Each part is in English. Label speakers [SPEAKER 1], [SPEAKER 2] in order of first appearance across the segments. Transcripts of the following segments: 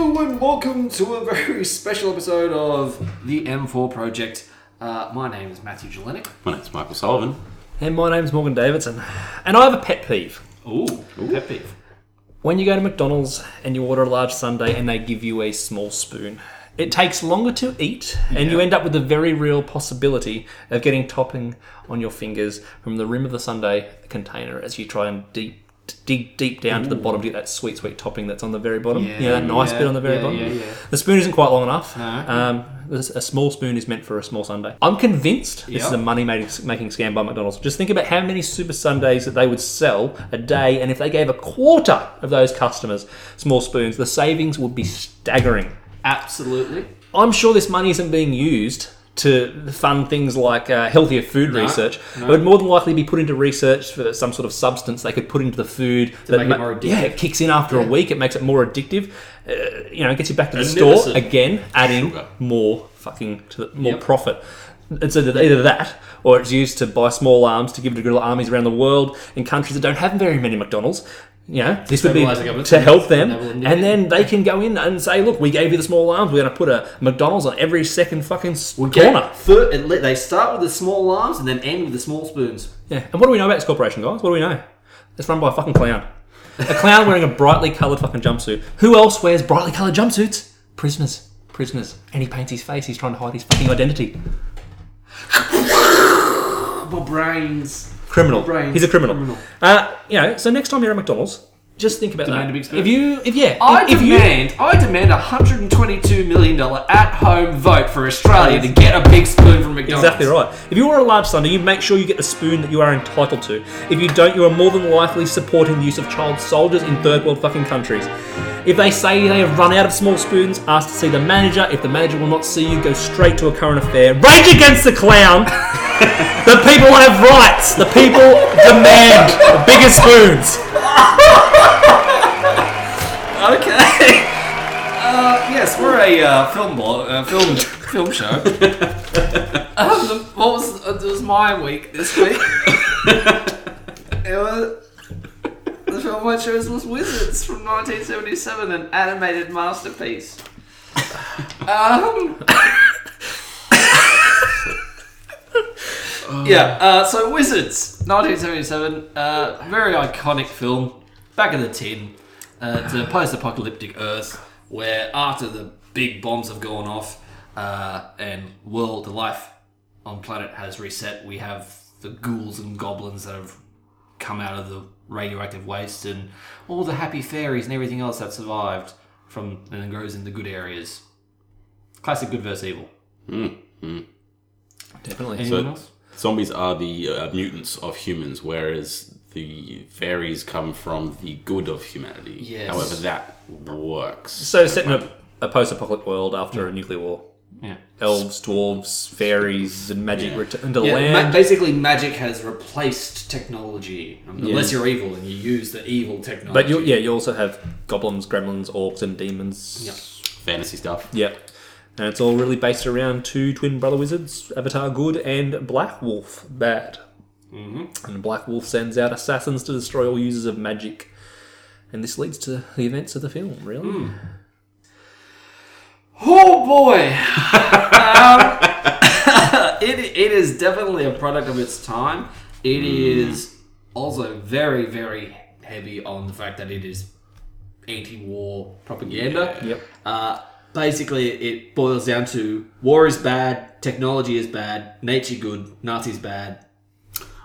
[SPEAKER 1] welcome to a very special episode of the M4 Project. Uh, my name is Matthew Jelenic.
[SPEAKER 2] My name's Michael Sullivan.
[SPEAKER 3] And my name's Morgan Davidson. And I have a pet peeve.
[SPEAKER 2] Ooh, pet peeve.
[SPEAKER 3] When you go to McDonald's and you order a large sundae and they give you a small spoon, it takes longer to eat and you
[SPEAKER 2] Yeah.
[SPEAKER 3] end up with the very real possibility of getting topping on your fingers from the rim of the sundae container as you try and deep dig deep down to the bottom to get that sweet sweet topping that's on the very bottom.
[SPEAKER 1] Yeah,
[SPEAKER 3] Yeah, that nice
[SPEAKER 1] yeah,
[SPEAKER 3] bit on the very
[SPEAKER 1] yeah,
[SPEAKER 3] bottom.
[SPEAKER 1] yeah, yeah.
[SPEAKER 3] The spoon isn't quite long enough.
[SPEAKER 1] No.
[SPEAKER 3] Um, this- a small spoon is meant for a small Sunday. I'm convinced this
[SPEAKER 1] Yeah.
[SPEAKER 3] is a money made- making scam by McDonald's. Just think about how many Super Sundays that they would sell a day, and if they gave a quarter of those customers small spoons, the savings would be staggering.
[SPEAKER 1] Absolutely.
[SPEAKER 3] I'm sure this money isn't being used to fund things like uh, healthier food
[SPEAKER 1] No,
[SPEAKER 3] research.
[SPEAKER 1] no.
[SPEAKER 3] It would more than likely be put into research for some sort of substance they could put into the food to
[SPEAKER 1] make it more addictive.
[SPEAKER 3] Yeah, it kicks in after a week. It makes it more addictive. Uh, you know, it gets you back to the
[SPEAKER 2] And
[SPEAKER 3] store
[SPEAKER 2] medicine.
[SPEAKER 3] again, adding
[SPEAKER 2] Sugar.
[SPEAKER 3] more fucking to the, more
[SPEAKER 1] Yep.
[SPEAKER 3] profit. It's either either that, or it's used to buy small arms to give to guerrilla armies around the world in countries that don't have very many McDonald's. You know, this would be
[SPEAKER 1] Stabilise the government.
[SPEAKER 3] to help them,
[SPEAKER 1] Enable them
[SPEAKER 3] and
[SPEAKER 1] to-
[SPEAKER 3] then they can go in and say, "Look, we gave you the small arms. We're going to put a McDonald's on every second fucking s- corner."
[SPEAKER 1] Thir- at le- they start with the small arms and then end with the small spoons.
[SPEAKER 3] Yeah. And what do we know about this corporation, guys? What do we know? It's run by a fucking clown. A clown wearing a brightly coloured fucking jumpsuit. Who else wears brightly coloured jumpsuits? Prisoners. Prisoners. And he paints his face. He's trying to hide his fucking identity.
[SPEAKER 1] My brains.
[SPEAKER 3] Criminal.
[SPEAKER 1] Brains.
[SPEAKER 3] He's a criminal.
[SPEAKER 1] Criminal.
[SPEAKER 3] Uh, you know. So next time you're at McDonald's, just think about
[SPEAKER 1] Demand
[SPEAKER 3] that.
[SPEAKER 1] a big spoon.
[SPEAKER 3] if you, if yeah,
[SPEAKER 1] I
[SPEAKER 3] if, if you-
[SPEAKER 1] demand, I demand a hundred and twenty-two million dollar at-home vote for Australia to get a big spoon from McDonald's.
[SPEAKER 3] Exactly right. If you are a large Sunday, you make sure you get the spoon that you are entitled to. If you don't, you are more than likely supporting the use of child soldiers in third world fucking countries. If they say they have run out of small spoons, ask to see the manager. If the manager will not see you, go straight to a current affair. Rage against the clown! the people have rights! The people demand the bigger spoons!
[SPEAKER 1] Okay. Uh, yes, we're a uh, film blog, uh, film film show. um, the- what was uh, it was my week this week? it was the film I chose was Wizards from 1977, an animated masterpiece. Um. yeah. Uh, so Wizards, 1977, uh, very iconic film. Back in the tin uh, it's a post-apocalyptic Earth where after the big bombs have gone off uh, and world, the life on planet has reset, we have the ghouls and goblins that have come out of the radioactive waste and all the happy fairies and everything else that survived from and then grows in the good areas. Classic good versus evil.
[SPEAKER 3] Definitely.
[SPEAKER 1] Anyone else?
[SPEAKER 2] Zombies are the uh, mutants of humans, whereas the fairies come from the good of humanity.
[SPEAKER 1] Yes.
[SPEAKER 2] However, that works.
[SPEAKER 3] So, setting up a post apocalyptic world after a nuclear war.
[SPEAKER 1] Yeah.
[SPEAKER 3] Elves, dwarves, fairies, and magic
[SPEAKER 2] Yeah.
[SPEAKER 3] return to
[SPEAKER 1] Yeah,
[SPEAKER 3] land.
[SPEAKER 1] ma- basically, magic has replaced technology. Um, Unless
[SPEAKER 2] Yeah.
[SPEAKER 1] you're evil and you use the evil technology.
[SPEAKER 3] But you, yeah, you also have goblins, gremlins, orcs, and demons.
[SPEAKER 2] Fantasy stuff.
[SPEAKER 3] Yep. And it's all really based around two twin brother wizards, Avatar Good and Black Wolf Bad. Mm-hmm. And Black Wolf sends out assassins to destroy all users of magic. And this leads to the events of the film, really.
[SPEAKER 1] Oh boy! um, it, it is definitely a product of its time. It is also very, very heavy on the fact that it is anti war propaganda.
[SPEAKER 3] Yep.
[SPEAKER 1] Uh, basically, it boils down to war is bad, technology is bad, nature good, Nazis bad.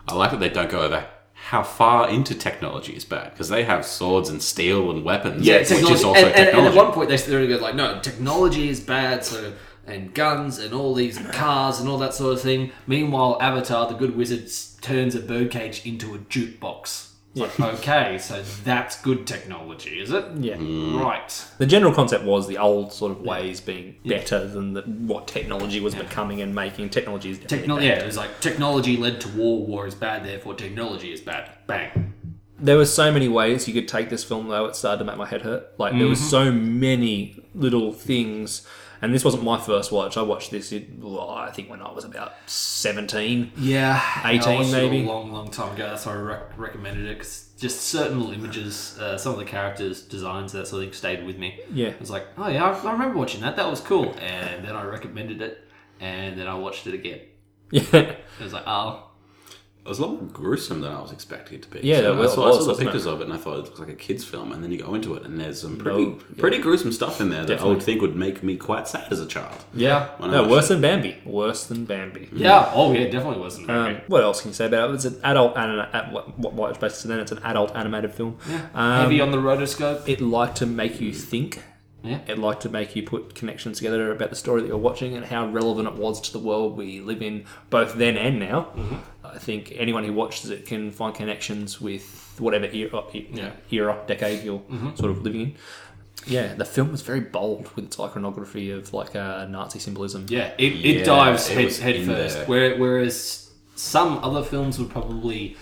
[SPEAKER 2] I like that they don't go over how far into technology is bad because they have swords and steel and weapons, which is also
[SPEAKER 1] and, and-
[SPEAKER 2] technology.
[SPEAKER 1] and at one point, they literally go like, "No, technology is bad." So and guns and all these cars and all that sort of thing. Meanwhile, Avatar, the good wizard, s- turns a birdcage into a jukebox. It's Like, okay, so that's good technology, is it?
[SPEAKER 3] Yeah.
[SPEAKER 2] Mm.
[SPEAKER 1] Right.
[SPEAKER 3] The general concept was the old sort of ways being better than the, what technology was becoming and making. Technology is definitely
[SPEAKER 1] Techno-
[SPEAKER 3] bad.
[SPEAKER 1] yeah, it was like technology led to war. War is bad, therefore technology is bad. Bang.
[SPEAKER 3] there were so many ways you could
[SPEAKER 2] Mm-hmm.
[SPEAKER 3] take this film though it started to make my head hurt like there was so many little things And this wasn't my first watch. I watched this, it, well, I think, when I was about 17.
[SPEAKER 1] Yeah,
[SPEAKER 3] 18
[SPEAKER 1] I watched it
[SPEAKER 3] maybe.
[SPEAKER 1] a long, long time ago. That's why I rec- recommended it because just certain little images, uh, some of the characters' designs, that sort of thing, stayed with me.
[SPEAKER 3] Yeah.
[SPEAKER 1] I was like, oh yeah, I, I remember watching that. That was cool. And then I recommended it, and then I watched it again.
[SPEAKER 3] Yeah.
[SPEAKER 1] It was like, oh,
[SPEAKER 2] It was a lot more gruesome than I was expecting it to be.
[SPEAKER 3] Yeah,
[SPEAKER 2] So
[SPEAKER 3] it
[SPEAKER 2] I
[SPEAKER 3] was-
[SPEAKER 2] saw,
[SPEAKER 3] it was,
[SPEAKER 2] I saw the
[SPEAKER 3] wasn't it?
[SPEAKER 2] pictures of it and I thought it looks like a kids' film, and then you go into it and there's some pretty,
[SPEAKER 3] No, yeah.
[SPEAKER 2] pretty gruesome stuff in there that I
[SPEAKER 3] Definitely.
[SPEAKER 2] would think would make me quite sad as a child.
[SPEAKER 1] yeah,
[SPEAKER 2] When I
[SPEAKER 3] No,
[SPEAKER 2] watched
[SPEAKER 3] worse than Bambi. Worse than Bambi.
[SPEAKER 1] yeah, oh yeah, definitely wasn't.
[SPEAKER 3] Um, what else can you say about it? It's an adult anima- at what, what, what it's based on then it's an adult animated film. Um,
[SPEAKER 1] Heavy on the rotoscope.
[SPEAKER 3] it liked to make you think.
[SPEAKER 1] Yeah.
[SPEAKER 3] It liked to make you put connections together about the story that you're watching and how relevant it was to the world we live in, both then and now.
[SPEAKER 1] Mm-hmm.
[SPEAKER 3] I think anyone who watches it can find connections with whatever era, e-
[SPEAKER 1] Yeah. Mm-hmm.
[SPEAKER 3] era decade you're sort of living in. Yeah, the film was very bold with its iconography of like uh, Nazi symbolism.
[SPEAKER 1] Yeah, it,
[SPEAKER 2] Yeah,
[SPEAKER 1] it dives
[SPEAKER 2] it
[SPEAKER 1] head,
[SPEAKER 2] was
[SPEAKER 1] head
[SPEAKER 2] in
[SPEAKER 1] first.
[SPEAKER 2] there.
[SPEAKER 1] Where, whereas some other films would probably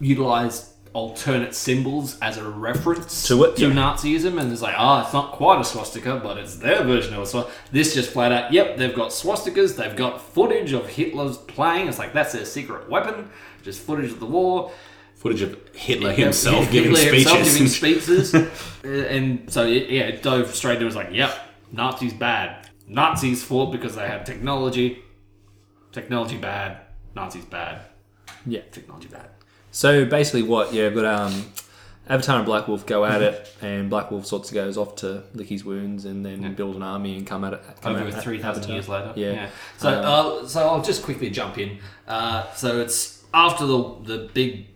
[SPEAKER 1] utilize alternate symbols as a reference
[SPEAKER 3] To it,
[SPEAKER 1] to
[SPEAKER 3] yeah.
[SPEAKER 1] Nazism, and it's like, ah, it's not quite a swastika, but it's their version of a swastika. This just flat out, yep, they've got swastikas, they've got footage of Hitler's playing. It's like that's their secret weapon, just footage of the war.
[SPEAKER 2] Footage of Hitler
[SPEAKER 1] Yeah,
[SPEAKER 2] himself
[SPEAKER 1] Hitler
[SPEAKER 2] giving speeches.
[SPEAKER 1] himself giving speeches. Uh, and so it- yeah, it dove straight into it. It was like, yep, Nazis bad. Nazis fought because they had technology. Technology bad. Nazis bad.
[SPEAKER 3] Yeah.
[SPEAKER 1] Technology bad.
[SPEAKER 3] So basically, what yeah, but um, Avatar and Black Wolf
[SPEAKER 1] Mm-hmm.
[SPEAKER 3] go at it, and Black Wolf sorts of goes off to lick his wounds and then build an army and come at it. Come
[SPEAKER 1] Over
[SPEAKER 3] at
[SPEAKER 1] three thousand
[SPEAKER 3] Avatar.
[SPEAKER 1] years later.
[SPEAKER 3] Yeah.
[SPEAKER 1] So uh, so I'll just quickly jump in. Uh, so it's after the the big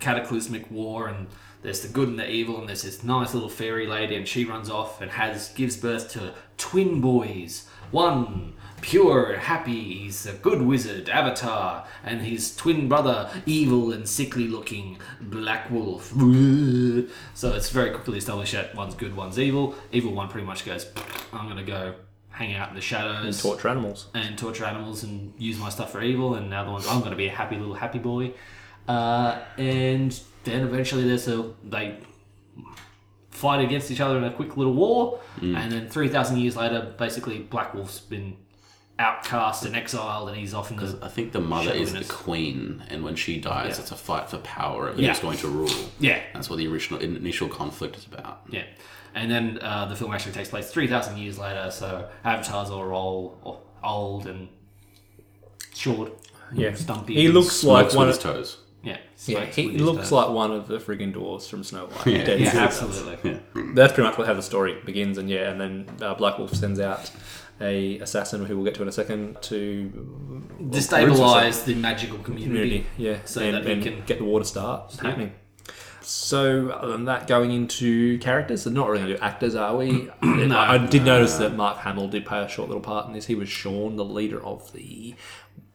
[SPEAKER 1] cataclysmic war and. There's the good and the evil, and there's this nice little fairy lady, and she runs off and has gives birth to twin boys. One pure and happy, he's a good wizard, Avatar, and his twin brother, evil and sickly looking, Black Wolf. So it's very quickly established that one's good, one's evil. Evil one pretty much goes, I'm gonna go hang out in the shadows
[SPEAKER 3] Torture animals.
[SPEAKER 1] and torture animals and use my stuff for evil. And now the one's I'm going to be a happy little happy boy. Uh, and then eventually there's a they fight against each other in a quick little war.
[SPEAKER 3] Mm.
[SPEAKER 1] And then three thousand years later, basically Black Wolf's been outcast and exiled, and he's off in the
[SPEAKER 2] I think the mother is the
[SPEAKER 1] Chauvinist.
[SPEAKER 2] queen, and when she dies,
[SPEAKER 1] Yeah.
[SPEAKER 2] it's a fight for power of
[SPEAKER 1] Yeah.
[SPEAKER 2] who's going to rule.
[SPEAKER 1] yeah
[SPEAKER 2] That's what the original initial conflict is about.
[SPEAKER 1] yeah. And then uh, the film actually takes place three thousand years later. So Avatar's all old, old and short.
[SPEAKER 3] Yeah.
[SPEAKER 1] stumpy.
[SPEAKER 3] He looks like
[SPEAKER 2] Smokes with
[SPEAKER 3] one.
[SPEAKER 2] his
[SPEAKER 3] Of,
[SPEAKER 2] toes.
[SPEAKER 1] yeah.
[SPEAKER 3] yeah,
[SPEAKER 1] smokes
[SPEAKER 3] he
[SPEAKER 1] with his
[SPEAKER 3] looks
[SPEAKER 1] dad.
[SPEAKER 3] like one of the friggin' dwarves from Snow White.
[SPEAKER 2] Yeah.
[SPEAKER 3] Dead
[SPEAKER 1] yeah,
[SPEAKER 3] serious.
[SPEAKER 1] absolutely.
[SPEAKER 3] That's pretty much what how the story begins, and yeah, and then uh, Black Wolf sends out a assassin who we'll get to in a second to
[SPEAKER 1] destabilize the magical community.
[SPEAKER 3] community, yeah,
[SPEAKER 1] So
[SPEAKER 3] and,
[SPEAKER 1] that we
[SPEAKER 3] and
[SPEAKER 1] can-
[SPEAKER 3] get the war to start It's
[SPEAKER 1] Yeah.
[SPEAKER 3] happening. So, other than that, going into characters, they're not really going to do actors, are we? I, I did notice that Mark Hamill did play a short little part in this. He was Sean, the leader of the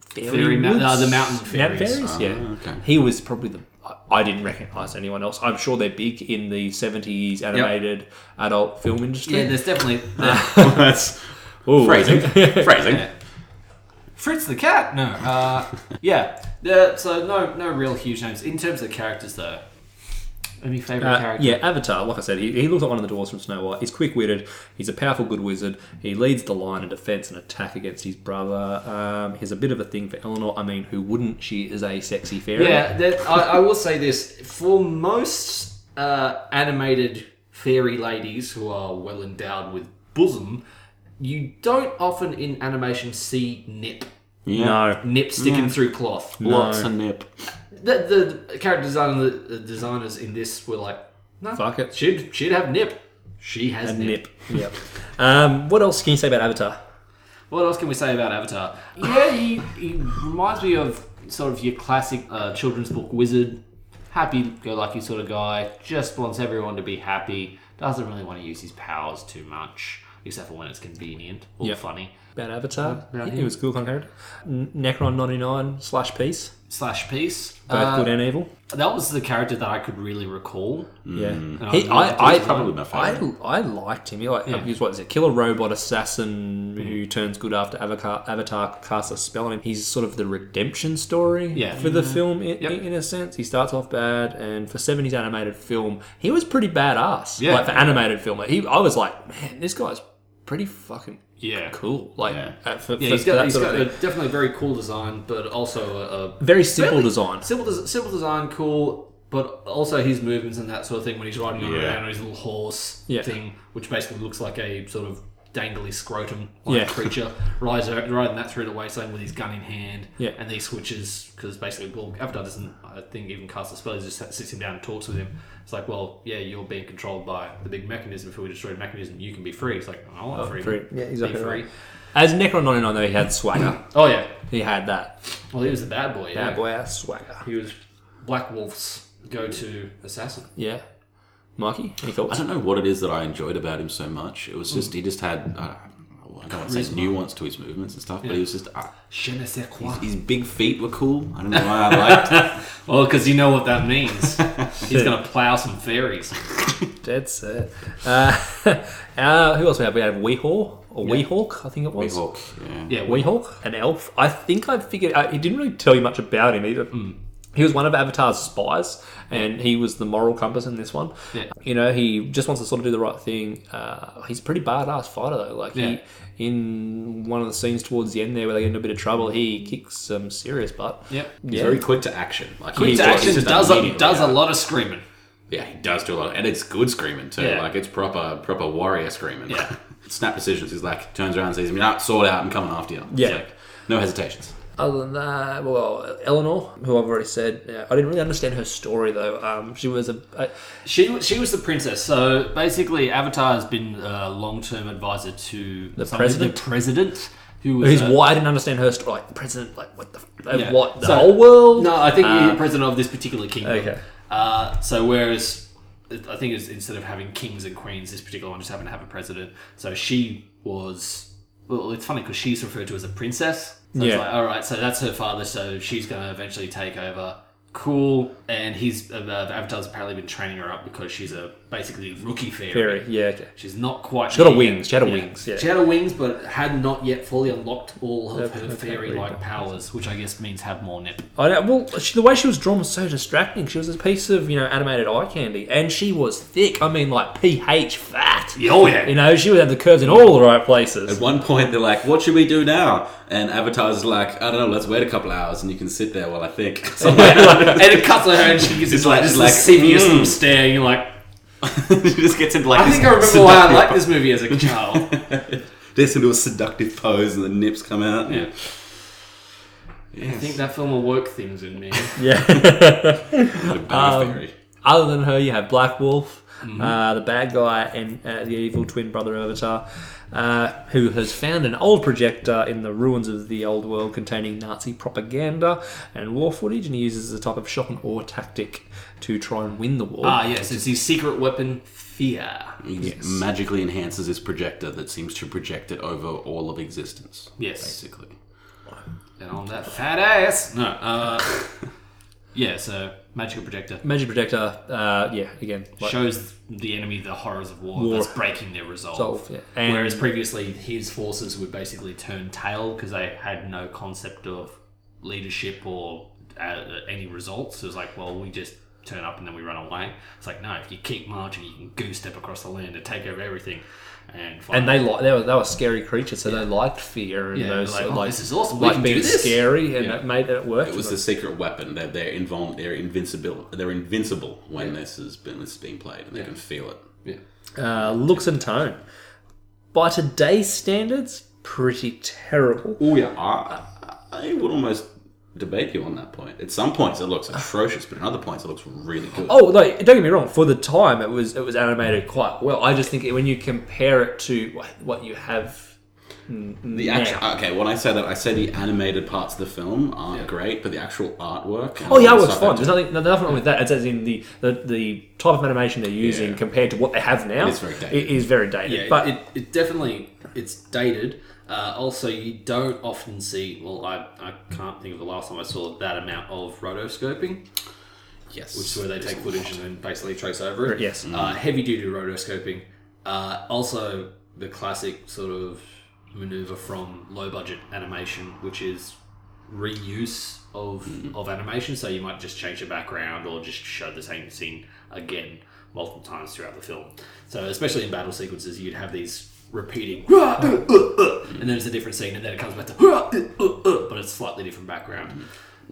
[SPEAKER 3] fairy,
[SPEAKER 1] Fairy mou-
[SPEAKER 3] woods?
[SPEAKER 1] uh, the mountain fairies. Oh,
[SPEAKER 3] fairies, yeah.
[SPEAKER 2] okay.
[SPEAKER 3] He was probably the. I- I didn't recognize anyone else. I'm sure they're big in the 70s animated adult film industry.
[SPEAKER 1] Yeah, there's definitely
[SPEAKER 2] That's
[SPEAKER 3] Ooh.
[SPEAKER 2] phrasing. phrasing.
[SPEAKER 1] Yeah. Fritz the cat. No, uh, yeah. Yeah, so no, no real huge names in terms of characters though. Any favorite
[SPEAKER 3] Uh,
[SPEAKER 1] character?
[SPEAKER 3] yeah, Avatar. Like I said, he, he looks like one of the dwarves from Snow White. He's quick-witted. He's a powerful, good wizard. He leads the line in defense and attack against his brother. Um, he's a bit of a thing for Eleanor. I mean, who wouldn't? She is a sexy fairy.
[SPEAKER 1] Yeah, that, I, I will say this for most uh, animated fairy ladies who are well endowed with bosom, you don't often in animation see nip,
[SPEAKER 2] Yeah.
[SPEAKER 3] No.
[SPEAKER 1] nip sticking
[SPEAKER 3] Mm.
[SPEAKER 1] through cloth.
[SPEAKER 2] Lots of nip.
[SPEAKER 1] The, the character designer, the designers in this were like, no,
[SPEAKER 3] Fuck it.
[SPEAKER 1] She'd she'd have nip. She has nip.
[SPEAKER 3] Nip. yep. Um, what else can you say about Avatar?
[SPEAKER 1] What else can we say about Avatar? Yeah, he, he reminds me of sort of your classic uh, children's book wizard, happy-go-lucky sort of guy. Just wants everyone to be happy. Doesn't really want to use his powers too much, except for when it's convenient or
[SPEAKER 3] Yeah.
[SPEAKER 1] funny.
[SPEAKER 3] About Avatar?
[SPEAKER 1] About
[SPEAKER 3] he,
[SPEAKER 1] him.
[SPEAKER 3] was a cool kind of character. N- Necron 99 slash Peace.
[SPEAKER 1] Slash piece.
[SPEAKER 3] Both
[SPEAKER 1] Uh,
[SPEAKER 3] good and evil.
[SPEAKER 1] that was the character that I could really recall.
[SPEAKER 3] Yeah.
[SPEAKER 1] I
[SPEAKER 3] He,
[SPEAKER 1] love
[SPEAKER 3] I,
[SPEAKER 1] him.
[SPEAKER 3] I,
[SPEAKER 2] He's probably my
[SPEAKER 3] I,
[SPEAKER 2] favourite.
[SPEAKER 3] I liked him. He, like,
[SPEAKER 1] Yeah.
[SPEAKER 3] he was what is it? Killer robot assassin who turns good after Avatar, Avatar casts a spell on him. He's sort of the redemption story
[SPEAKER 1] Yeah.
[SPEAKER 3] for the film in,
[SPEAKER 1] Yep.
[SPEAKER 3] in a sense. He starts off bad, and for seventies animated film, he was pretty badass.
[SPEAKER 1] Yeah.
[SPEAKER 3] Like for animated film, he I was like, man, this guy's pretty fucking
[SPEAKER 1] Yeah.
[SPEAKER 3] cool. Like,
[SPEAKER 2] Yeah.
[SPEAKER 3] uh, for,
[SPEAKER 1] Yeah,
[SPEAKER 3] for-
[SPEAKER 1] he's
[SPEAKER 3] for that
[SPEAKER 1] got, he's
[SPEAKER 3] sort
[SPEAKER 1] got
[SPEAKER 3] of
[SPEAKER 1] a
[SPEAKER 3] thing.
[SPEAKER 1] definitely very cool design, but also a, a
[SPEAKER 3] very simple
[SPEAKER 1] fairly-
[SPEAKER 3] design.
[SPEAKER 1] Simple, des- simple design, cool, but also his movements and that sort of thing when he's riding on
[SPEAKER 2] Yeah.
[SPEAKER 1] around on his little horse
[SPEAKER 3] Yeah.
[SPEAKER 1] thing, which basically looks like a sort of dangly scrotum like
[SPEAKER 3] Yeah.
[SPEAKER 1] creature, rides, out- riding that through the wasteland with his gun in hand.
[SPEAKER 3] Yeah.
[SPEAKER 1] And he switches, because basically, well, Avatar doesn't, I think, even cast a spell, he just sits him down and talks with him. It's like, well, yeah, you're being controlled by the big mechanism. If we destroy the mechanism, you can be free. It's like, I want free.
[SPEAKER 3] Oh, free. Yeah, exactly
[SPEAKER 1] Be free.
[SPEAKER 3] right. As Necron 99, though, he had swagger.
[SPEAKER 1] Oh, yeah.
[SPEAKER 3] he had that.
[SPEAKER 1] Well, he was the bad boy. Yeah.
[SPEAKER 3] Bad boy ass swagger.
[SPEAKER 1] He was Black Wolf's go-to assassin.
[SPEAKER 3] Yeah. Mikey, any thoughts?
[SPEAKER 2] I don't know what it is that I enjoyed about him so much. It was just he just had uh, I don't want to say nuance to his movements and stuff, but he was just uh,
[SPEAKER 1] Je ne sais quoi.
[SPEAKER 2] his big feet were cool. I don't know why I liked.
[SPEAKER 1] Well, because you know what that means. He's going to plow some fairies.
[SPEAKER 3] That's it. Uh, uh, who else we have? We have Weehawk or Weehawk, I think it was.
[SPEAKER 2] Hawk, yeah.
[SPEAKER 1] Yeah, we
[SPEAKER 3] Weehawk, an elf. I think I figured. Uh, he didn't really tell you much about him either. He was one of Avatar's spies, and he was the moral compass in this one.
[SPEAKER 1] Yeah.
[SPEAKER 3] You know, he just wants to sort of do the right thing. Uh, he's a pretty badass fighter though. Like
[SPEAKER 1] Yeah.
[SPEAKER 3] he, in one of the scenes towards the end there, where they get into a bit of trouble, he kicks some serious butt.
[SPEAKER 1] Yep.
[SPEAKER 2] He's
[SPEAKER 3] Yeah.
[SPEAKER 2] very quick to action. Like
[SPEAKER 1] Quick
[SPEAKER 2] he's
[SPEAKER 1] to
[SPEAKER 2] just-
[SPEAKER 1] action
[SPEAKER 2] he's just
[SPEAKER 1] does a,
[SPEAKER 2] immediately
[SPEAKER 1] does a
[SPEAKER 2] out.
[SPEAKER 1] lot of screaming.
[SPEAKER 2] Yeah, he does do a lot, and it's good screaming too.
[SPEAKER 1] Yeah.
[SPEAKER 2] Like it's proper proper warrior screaming.
[SPEAKER 1] Yeah.
[SPEAKER 2] snap decisions. He's like turns around, and sees me, nah, sword out, and coming after you. It's
[SPEAKER 3] Yeah.
[SPEAKER 2] like, no hesitations.
[SPEAKER 3] Other than that, well, Eleanor, who I've already said, yeah, I didn't really understand her story though. Um, she was a, a
[SPEAKER 1] She she was the princess. So basically, Avatar has been a long-term advisor to the
[SPEAKER 3] president?
[SPEAKER 1] The president, who was
[SPEAKER 3] his
[SPEAKER 1] a-
[SPEAKER 3] why I didn't understand her story. Like the president, like what the f- uh,
[SPEAKER 1] Yeah.
[SPEAKER 3] what the
[SPEAKER 1] So-
[SPEAKER 3] whole world?
[SPEAKER 1] No, I think the
[SPEAKER 3] Uh,
[SPEAKER 1] president of this particular kingdom.
[SPEAKER 3] Okay.
[SPEAKER 1] Uh, so whereas I think it's, instead of having kings and queens, this particular one just happened to have a president. So she was. Well, it's funny because she's referred to as a princess. So
[SPEAKER 3] Yeah.
[SPEAKER 1] It's like, all right, so that's her father. So she's going to eventually take over. Cool. And he's uh, Avatar's apparently been training her up because she's a basically rookie fairy.
[SPEAKER 3] Fairy, yeah, okay.
[SPEAKER 1] She's not quite.
[SPEAKER 3] got a
[SPEAKER 1] there
[SPEAKER 3] wings. She had a
[SPEAKER 1] yet.
[SPEAKER 3] wings, yeah.
[SPEAKER 1] She had a wings, but had not yet fully unlocked all of
[SPEAKER 3] Yeah,
[SPEAKER 1] her
[SPEAKER 3] okay,
[SPEAKER 1] fairy-like
[SPEAKER 3] yeah.
[SPEAKER 1] powers, which I guess means have more nip.
[SPEAKER 3] I know. Well, she, the way she was drawn was so distracting. She was a piece of you know animated eye candy, and she was thick. I mean, like ph fat.
[SPEAKER 1] Oh yeah.
[SPEAKER 3] You know, she would have the curves in all the right places.
[SPEAKER 2] At one point, they're like, "What should we do now?" And Avatar's like, "I don't know. Let's wait a couple hours, and you can sit there while I think." So
[SPEAKER 1] and it cuts her and she gives this
[SPEAKER 2] It's
[SPEAKER 1] like
[SPEAKER 2] like-
[SPEAKER 1] this
[SPEAKER 2] it's like,
[SPEAKER 1] lascivious
[SPEAKER 2] mm.
[SPEAKER 1] little stare. And you're like,
[SPEAKER 2] she just gets into like.
[SPEAKER 1] I
[SPEAKER 2] this
[SPEAKER 1] think I remember why I
[SPEAKER 2] seductive
[SPEAKER 1] liked this movie as a child.
[SPEAKER 2] this into a seductive pose and the nips come out. Yeah.
[SPEAKER 1] I think that film will work things in me.
[SPEAKER 3] yeah.
[SPEAKER 2] The bad
[SPEAKER 1] Um,
[SPEAKER 2] theory.
[SPEAKER 3] Other than her, you have Black Wolf,
[SPEAKER 1] Mm-hmm.
[SPEAKER 3] uh, the bad guy, and uh, the evil twin brother of Avatar, uh, who has found an old projector in the ruins of the old world containing Nazi propaganda and war footage, and he uses the type of shock and awe tactic to try and win the war.
[SPEAKER 1] ah, yes, it's his secret weapon, fear.
[SPEAKER 2] He
[SPEAKER 3] Yes.
[SPEAKER 2] magically enhances his projector that seems to project it over all of existence.
[SPEAKER 1] Yes.
[SPEAKER 2] Basically.
[SPEAKER 1] And on that fat ass. No, uh, yeah. So magical projector
[SPEAKER 3] Magic projector, uh, yeah, again, like
[SPEAKER 1] shows the enemy the horrors of war,
[SPEAKER 3] War.
[SPEAKER 1] that's breaking their resolve.
[SPEAKER 3] solve, yeah. And
[SPEAKER 1] Whereas previously, his forces would basically turn tail because they had no concept of leadership or uh, any results. It was like, well, we just turn up and then we run away. It's like, no, if you keep marching, you can goose step across the land and take over everything. And,
[SPEAKER 3] and
[SPEAKER 1] finally-
[SPEAKER 3] they like they were, they were scary creatures, so they liked fear and
[SPEAKER 1] Yeah,
[SPEAKER 3] those
[SPEAKER 1] like,
[SPEAKER 3] like,
[SPEAKER 1] "Oh, this is awesome, we
[SPEAKER 3] like
[SPEAKER 1] can do
[SPEAKER 3] being
[SPEAKER 1] this."
[SPEAKER 3] scary, and
[SPEAKER 1] Yeah.
[SPEAKER 3] that made it work.
[SPEAKER 2] It was the secret weapon. They're they're invul- they're invincible they're invincible when this has been this is being played and they can feel it.
[SPEAKER 1] yeah.
[SPEAKER 3] uh, looks and tone. By today's standards, pretty terrible.
[SPEAKER 2] Oh yeah. I, I I would almost debate you on that point. At some points it looks atrocious, but at other points it looks really good.
[SPEAKER 3] Oh, like don't get me wrong. For the time, it was it was animated quite well. I just think it, when you compare it to what- what you have,
[SPEAKER 2] The actual okay. When I say that, I say the animated parts of the film aren't great, but the actual artwork. and
[SPEAKER 3] oh yeah,
[SPEAKER 2] all the
[SPEAKER 3] it was
[SPEAKER 2] stuff
[SPEAKER 3] fun.
[SPEAKER 2] they
[SPEAKER 3] There's
[SPEAKER 2] do,
[SPEAKER 3] nothing nothing wrong with that. It's as in the the, the type of animation they're using
[SPEAKER 2] Yeah.
[SPEAKER 3] compared to what they have now.
[SPEAKER 2] It's very dated.
[SPEAKER 3] It is very dated.
[SPEAKER 1] Yeah,
[SPEAKER 3] but
[SPEAKER 1] it, it definitely it's dated. Uh, also, you don't often see. Well, I, I can't think of the last time I saw that amount of rotoscoping,
[SPEAKER 2] yes,
[SPEAKER 1] which is where they take footage and then basically trace over it.
[SPEAKER 3] Yes.
[SPEAKER 1] uh, heavy duty rotoscoping. Uh, also, the classic sort of maneuver from low budget animation, which is reuse of of animation. So you might just change the background or just show the same scene again multiple times throughout the film. So especially in battle sequences, you'd have these repeating, and then it's a different scene, and then it comes back to, Mm-hmm. but it's slightly different background.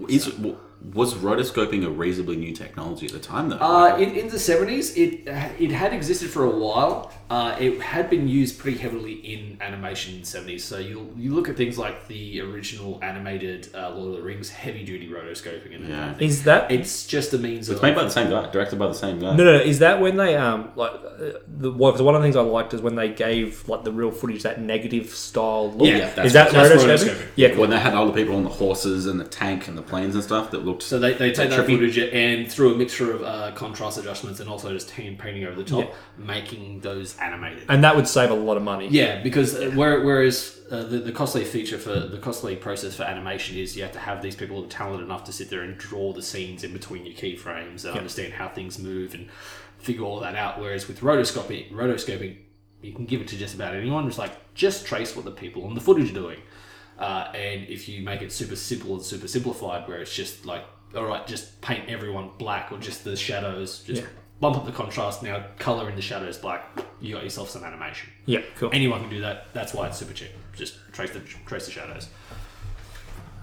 [SPEAKER 2] Is w- was rotoscoping a reasonably new technology at the time though?
[SPEAKER 1] Uh, in, in the 70s, it it had existed for a while. Uh, it had been used pretty heavily in animation in the 70s. So you you look at things like the original animated uh, Lord of the Rings heavy duty rotoscoping and that kind of thing.
[SPEAKER 3] Is that
[SPEAKER 1] It's just a means of.
[SPEAKER 2] it's made by the same guy, directed by the same guy.
[SPEAKER 3] No, no, no. Is that when they um like uh, the well, 'cause one of the things I liked is when they gave like the real footage that negative style look.
[SPEAKER 1] Yeah,
[SPEAKER 2] that's-
[SPEAKER 3] is that
[SPEAKER 1] that's
[SPEAKER 3] rotoscoping?
[SPEAKER 1] rotoscoping.
[SPEAKER 3] Yeah, cool.
[SPEAKER 2] When they had all the people on the horses and the tank and the planes and stuff that looked
[SPEAKER 1] So they, they take that
[SPEAKER 2] trippy.
[SPEAKER 1] footage and through a mixture of uh, contrast adjustments and also just hand painting over the top, making those animated.
[SPEAKER 3] and that would save a lot of money.
[SPEAKER 1] yeah, because uh, where- whereas uh, the, the costly feature for the costly process for animation is you have to have these people who are talented enough to sit there and draw the scenes in between your keyframes and understand how things move and figure all that out. Whereas with rotoscoping, rotoscoping, you can give it to just about anyone. It's like just trace what the people on the footage are doing. Uh, and if you make it super simple and super simplified, where it's just like, all right, just paint everyone black or just the shadows, just bump up the contrast. Now color in the shadows black. You got yourself some animation.
[SPEAKER 3] yeah, cool.
[SPEAKER 1] Anyone can do that. That's why it's super cheap. Just trace the trace the shadows.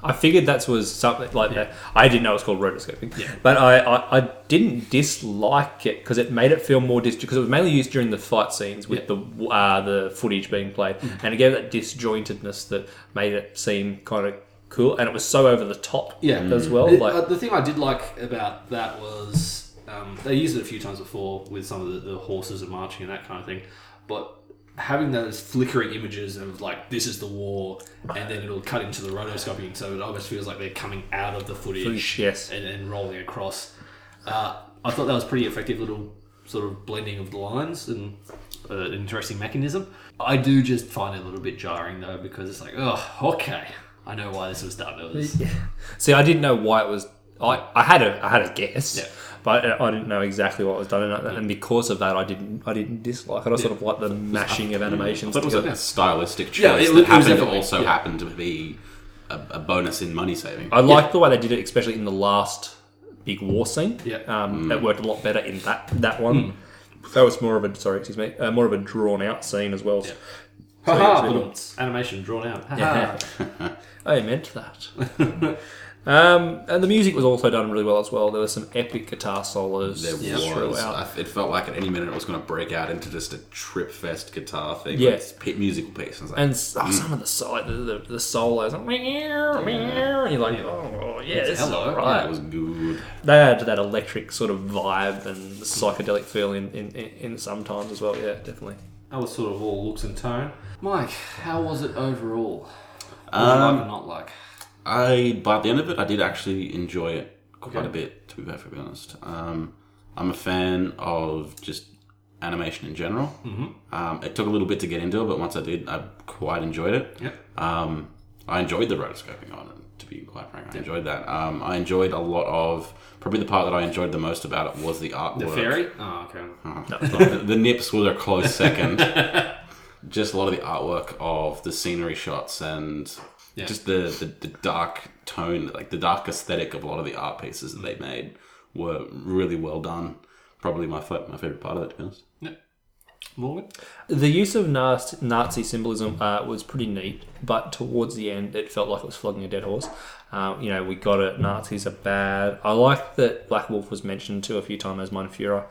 [SPEAKER 3] I figured that was something like that. I didn't know it was called rotoscoping, but I, I, I didn't dislike it because it made it feel more disjointed. Because it was mainly used during the fight scenes with the uh, the footage being played,
[SPEAKER 1] Mm-hmm.
[SPEAKER 3] and it gave that disjointedness that made it seem kind of cool. And it was so over the top,
[SPEAKER 1] Yeah.
[SPEAKER 3] as well.
[SPEAKER 1] It-
[SPEAKER 3] like
[SPEAKER 1] uh, the thing I did like about that was um, they used it a few times before with some of the, the horses and marching and that kind of thing, but having those flickering images of like this is the war, and then it'll cut into the rotoscoping, so it almost feels like they're coming out of the footage,
[SPEAKER 3] Footage, yes.
[SPEAKER 1] and, and rolling across. Uh, I thought that was pretty effective little sort of blending of the lines and uh, interesting mechanism. I do just find it a little bit jarring though because it's like, oh, okay, I know why this was done. It was
[SPEAKER 3] See, I didn't know why it was. I, I had a I had a guess,
[SPEAKER 1] Yeah.
[SPEAKER 3] but I- I didn't know exactly what was done, and, I- and because of that, I didn't I didn't dislike it. I sort of like the mashing
[SPEAKER 1] mm.
[SPEAKER 3] of
[SPEAKER 2] I
[SPEAKER 3] animations.
[SPEAKER 2] thought it was
[SPEAKER 3] together.
[SPEAKER 2] a stylistic choice
[SPEAKER 1] Yeah, it was- it was
[SPEAKER 2] that happened to
[SPEAKER 1] definitely-
[SPEAKER 2] also
[SPEAKER 1] yeah.
[SPEAKER 2] happened to be a, a bonus in money saving.
[SPEAKER 3] I liked the way they did it, especially in the last big war scene.
[SPEAKER 1] Yeah.
[SPEAKER 2] Mm.
[SPEAKER 1] Mm.
[SPEAKER 3] um, that worked a lot better in that that one. That was more of a sorry, excuse me, uh, more of a drawn out scene as well.
[SPEAKER 1] Ha-ha,
[SPEAKER 3] it's really-
[SPEAKER 1] but animation drawn out. Ha-ha.
[SPEAKER 3] I meant that. um, and the music was also done really well as well. There were some epic guitar solos
[SPEAKER 2] There was.
[SPEAKER 3] throughout.
[SPEAKER 2] I, it felt like at any minute it was going to break out into just a trip fest guitar thing.
[SPEAKER 3] Yeah.
[SPEAKER 2] Like this pit musical piece. I was like,
[SPEAKER 3] And s- oh, some of the side, the, the, the solos, like, meow, meow, and you're like, oh, yeah, this is
[SPEAKER 1] hello.
[SPEAKER 3] all
[SPEAKER 2] yeah,
[SPEAKER 3] right.
[SPEAKER 2] it was good.
[SPEAKER 3] They had that electric sort of vibe and psychedelic feel in, in, in, in sometimes as well, yeah, definitely.
[SPEAKER 1] That was sort of all looks and tone. Mike, how was it overall? What did
[SPEAKER 4] Um,
[SPEAKER 1] you like or not like?
[SPEAKER 2] I by the end of it, I did actually enjoy it quite
[SPEAKER 1] Okay.
[SPEAKER 2] a bit. To be perfectly honest, um, I'm a fan of just animation in general. Mm-hmm. Um, it took a little bit to get into it, but once I did, I quite enjoyed it.
[SPEAKER 1] Yep.
[SPEAKER 2] Um, I enjoyed the rotoscoping on it. To be quite frank, I enjoyed that. Um, I enjoyed a lot of probably the part that I enjoyed the most about it was the artwork.
[SPEAKER 1] The fairy? Oh, okay.
[SPEAKER 4] Hmm.
[SPEAKER 2] Uh, the, the nips were a close second. just a lot of the artwork of the scenery shots and
[SPEAKER 1] Yeah.
[SPEAKER 2] just the, the, the dark tone, like the dark aesthetic of a lot of the art pieces that they made were really well done. Probably my fa- my favorite part of it, to be honest.
[SPEAKER 1] Morgan?
[SPEAKER 3] The use of Nazi, Nazi symbolism uh, was pretty neat, but towards the end, it felt like it was flogging a dead horse. Um, you know, we got it. Nazis are bad. I like that Black Wolf was mentioned too a few times as Mein Führer.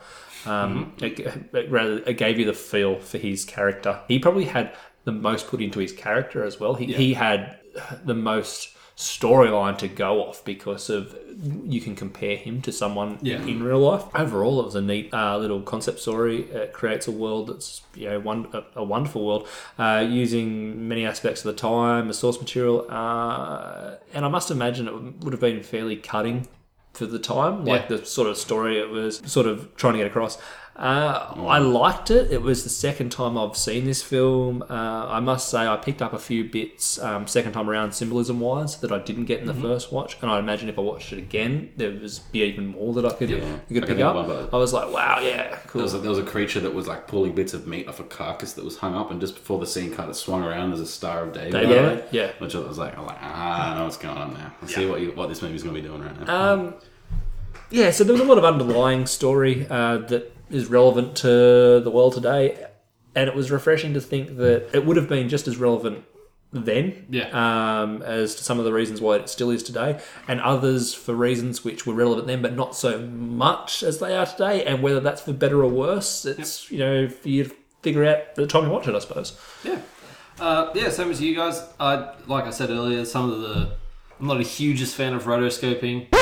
[SPEAKER 3] Um, it, it rather, it gave you the feel for his character. He probably had the most put into his character as well. He, he had the most storyline to go off because of you can compare him to someone
[SPEAKER 1] Yeah.
[SPEAKER 3] in real life. Overall, it was a neat uh, little concept story. It creates a world that's you know one a, a wonderful world uh, using many aspects of the time, the source material, uh, and I must imagine it would have been fairly cutting for the time, like
[SPEAKER 1] Yeah.
[SPEAKER 3] the sort of story it was sort of trying to get across. Uh, I liked it. It was the second time I've seen this film. Uh, I must say, I picked up a few bits um, second time around, symbolism wise, that I didn't get in the first watch. And I imagine if I watched it again, there was be even more that I could, I could
[SPEAKER 2] I can
[SPEAKER 3] pick
[SPEAKER 2] think of one,
[SPEAKER 3] up.
[SPEAKER 2] but-
[SPEAKER 3] I was like, wow, yeah,
[SPEAKER 2] There
[SPEAKER 3] cool.
[SPEAKER 2] was, a, there was a creature that was like pulling bits of meat off a carcass that was hung up, and just before the scene kind of swung around, there's a Star of David.
[SPEAKER 3] David
[SPEAKER 2] on
[SPEAKER 3] on
[SPEAKER 2] it,
[SPEAKER 3] it, yeah.
[SPEAKER 2] Which I was like, I was like, ah, I know what's going on now. I see what you, what this movie's going to be doing right now.
[SPEAKER 3] Um, yeah, so there was a lot of underlying story uh, that is relevant to the world today. and it was refreshing to think that it would have been just as relevant then
[SPEAKER 1] Yeah.
[SPEAKER 3] um, as to some of the reasons why it still is today and others for reasons which were relevant then but not so much as they are today and whether that's for better or worse it's you know for you to figure out at the time you watch it i suppose
[SPEAKER 1] Yeah. Uh, yeah, same as you guys. I like I said earlier, some of the I'm not a hugest fan of rotoscoping.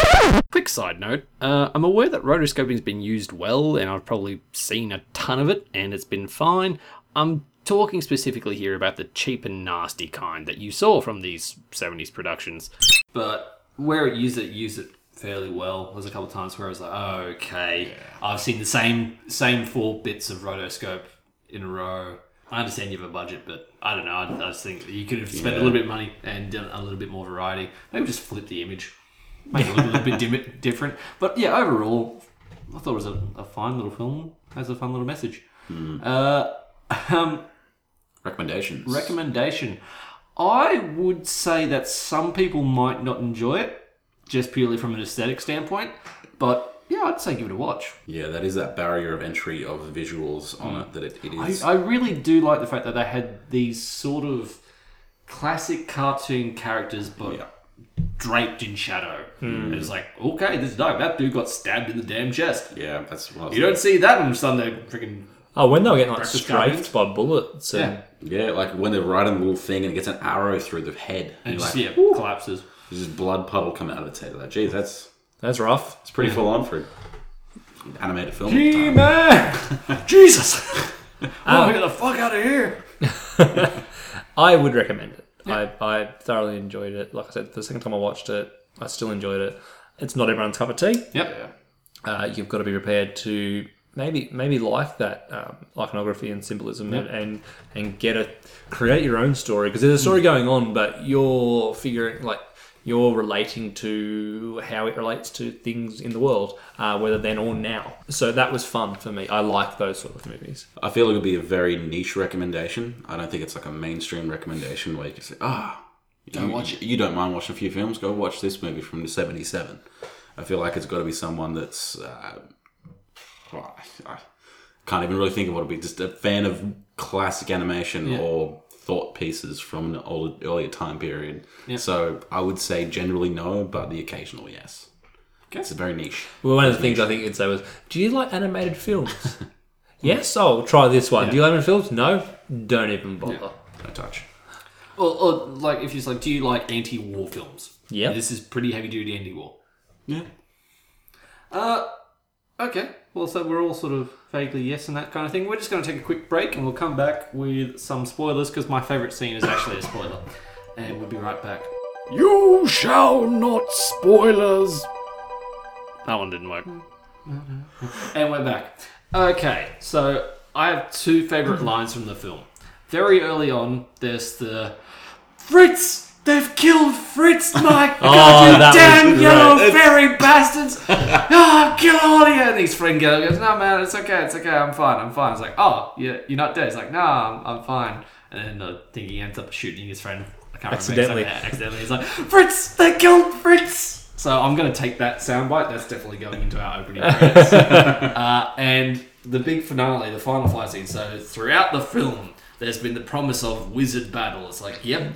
[SPEAKER 4] Quick side note uh, I'm aware that rotoscoping's been used well, and I've probably seen a ton of it, and it's been fine. I'm talking specifically here about the cheap and nasty kind that you saw from these 70s productions.
[SPEAKER 1] but where it used it, used it fairly well. There's a couple of times where I was like, oh, okay, I've seen the same same four bits of rotoscope in a row. I understand you have a budget, but I don't know. I, I just think you could have spent a little bit of money and done a little bit more variety. Maybe just flip the image, make it look a little bit dim- different. But yeah, overall, I thought it was a, a fine little film. Has a fun little message. Uh, um,
[SPEAKER 2] Recommendations.
[SPEAKER 1] Recommendation. I would say that some people might not enjoy it, just purely from an aesthetic standpoint. But yeah, I'd say give it a watch.
[SPEAKER 2] yeah, that is that barrier of entry of visuals on it that it, it
[SPEAKER 1] I,
[SPEAKER 2] is.
[SPEAKER 1] I really do like the fact that they had these sort of classic cartoon characters, but
[SPEAKER 2] Yeah.
[SPEAKER 1] draped in shadow. It was like, okay, this is dark. That dude got stabbed in the damn chest.
[SPEAKER 2] yeah, that's what I was
[SPEAKER 1] You don't see that on Sunday freaking.
[SPEAKER 3] oh when they were getting like
[SPEAKER 1] Breakfast
[SPEAKER 3] strafed
[SPEAKER 1] Guardians?
[SPEAKER 3] by bullets and
[SPEAKER 1] Yeah.
[SPEAKER 2] Yeah, like when they're riding the little thing and it gets an arrow through the head. And
[SPEAKER 1] It
[SPEAKER 2] you're
[SPEAKER 1] just,
[SPEAKER 2] like,
[SPEAKER 1] yeah, collapses.
[SPEAKER 2] there's this blood puddle coming out of its head. Like, geez, that's
[SPEAKER 3] that's rough
[SPEAKER 2] it's pretty full on for an animated film. at the time.
[SPEAKER 3] G-Man!
[SPEAKER 1] Jesus! oh, get the fuck out of here!
[SPEAKER 3] I would recommend it. I, I thoroughly enjoyed it. Like I said, the second time I watched it, I still enjoyed it. It's not everyone's cup of tea.
[SPEAKER 1] Yep.
[SPEAKER 3] Uh, you've got to be prepared to maybe maybe like that um, iconography and symbolism and, and and get a create your own story because there's a story going on, but you're figuring like you're relating to how it relates to things in the world, uh, whether then or now. So that was fun for me. I like those sort of movies.
[SPEAKER 2] I feel it would be a very niche recommendation. I don't think it's like a mainstream recommendation where you can say, ah, you don't watch it. You don't mind watching a few films? Go watch this movie from the 77. I feel like it's got to be someone that's. Uh, well, I I can't even really think of what it'd be. Just a fan of classic animation or thought pieces from an older, earlier time period. So I would say generally no, but the occasional yes. It's very niche.
[SPEAKER 3] Well, one of the things I think you'd say was, "Do you like animated films?" yes, I'll try this one. Do you like animated films? No, don't even bother.
[SPEAKER 2] No touch.
[SPEAKER 1] Or, or like if you're just like, do you like anti-war films?
[SPEAKER 3] Yeah.
[SPEAKER 1] this is pretty heavy-duty anti-war.
[SPEAKER 2] Yeah.
[SPEAKER 1] Uh, okay. Well, so we're all sort of vaguely yes and that kind of thing. We're just going to take a quick break and we'll come back with some spoilers because my favourite scene is actually a spoiler, and we'll be right back.
[SPEAKER 4] You shall not spoilers! That one didn't work.
[SPEAKER 1] And we're back. Okay, so I have two favourite lines from the film. Very early on, there's the Fritz! They've killed Fritz, my
[SPEAKER 4] Oh,
[SPEAKER 3] that
[SPEAKER 1] god,
[SPEAKER 3] was
[SPEAKER 1] you damn
[SPEAKER 3] great.
[SPEAKER 1] yellow fairy bastards! Ah, kill all of you! And his friend goes, No, man, it's okay, it's okay, I'm fine, I'm fine. It's like, Oh, yeah, you're not dead. It's like, No, I'm, I'm fine. And then the thing he ends up shooting his friend. I can't
[SPEAKER 3] Accidentally.
[SPEAKER 1] Remember, exactly, accidentally. He's like, Fritz! They killed Fritz! So I'm going to take that soundbite. That's definitely going into our opening credits. Uh, and the big finale, the final fight scene. So throughout the film, there's been the promise of wizard battle. It's like, yep,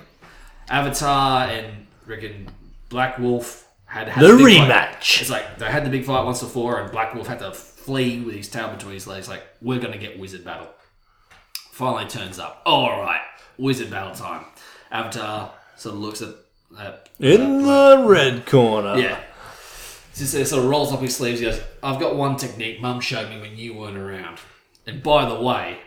[SPEAKER 1] Avatar and reckon Black Wolf had, had
[SPEAKER 3] The
[SPEAKER 1] big fight.
[SPEAKER 3] rematch.
[SPEAKER 1] It's like they had the big fight once before, and Black Wolf had to flee with his tail between his legs. Like we're gonna get wizard battle. Finally turns up. All right, wizard battle time. Avatar sort of looks at. at
[SPEAKER 3] In the red corner.
[SPEAKER 1] yeah. Just uh, sort of rolls up his sleeves. He goes, "I've got one technique. Mum showed me when you weren't around. And by the way,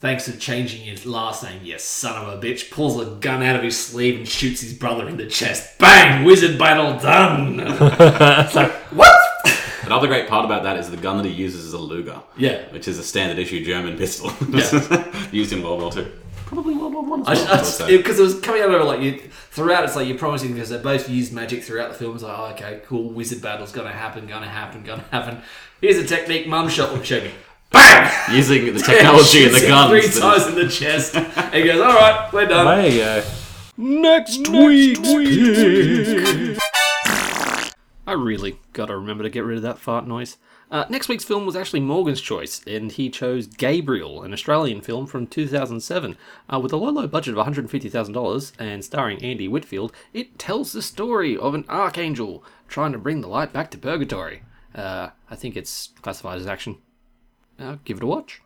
[SPEAKER 1] thanks for changing his last name, you son of a bitch." Pulls a gun out of his sleeve and shoots his brother in the chest. Bang! Wizard battle done. It's like, what?
[SPEAKER 2] Another great part about that is the gun that he uses is a Luger.
[SPEAKER 1] Yeah.
[SPEAKER 2] which is a standard issue German pistol
[SPEAKER 1] Yeah.
[SPEAKER 2] used in World War Two. Probably World War One.
[SPEAKER 1] I just because it was coming out over like you throughout. It's like you're promising because they both use magic throughout the film. It's like, oh, okay, cool, wizard battle's gonna happen, gonna happen, gonna happen. Here's a technique, mum shot showed me.
[SPEAKER 2] using the technology and the
[SPEAKER 1] Shoots him
[SPEAKER 2] guns.
[SPEAKER 1] Three
[SPEAKER 2] that
[SPEAKER 1] times in the chest. And he goes, all right, we're done.
[SPEAKER 3] There you go.
[SPEAKER 4] Next, week.
[SPEAKER 1] Okay, I really gotta remember to get rid of that fart noise. Uh, next week's film was actually Morgan's choice, and he chose Gabriel, an Australian film from 2007. Uh, with a low, low budget of $150,000 and starring Andy Whitfield, it tells the story of an archangel trying to bring the light back to purgatory. Uh, I think it's classified as action. Uh, give it a watch.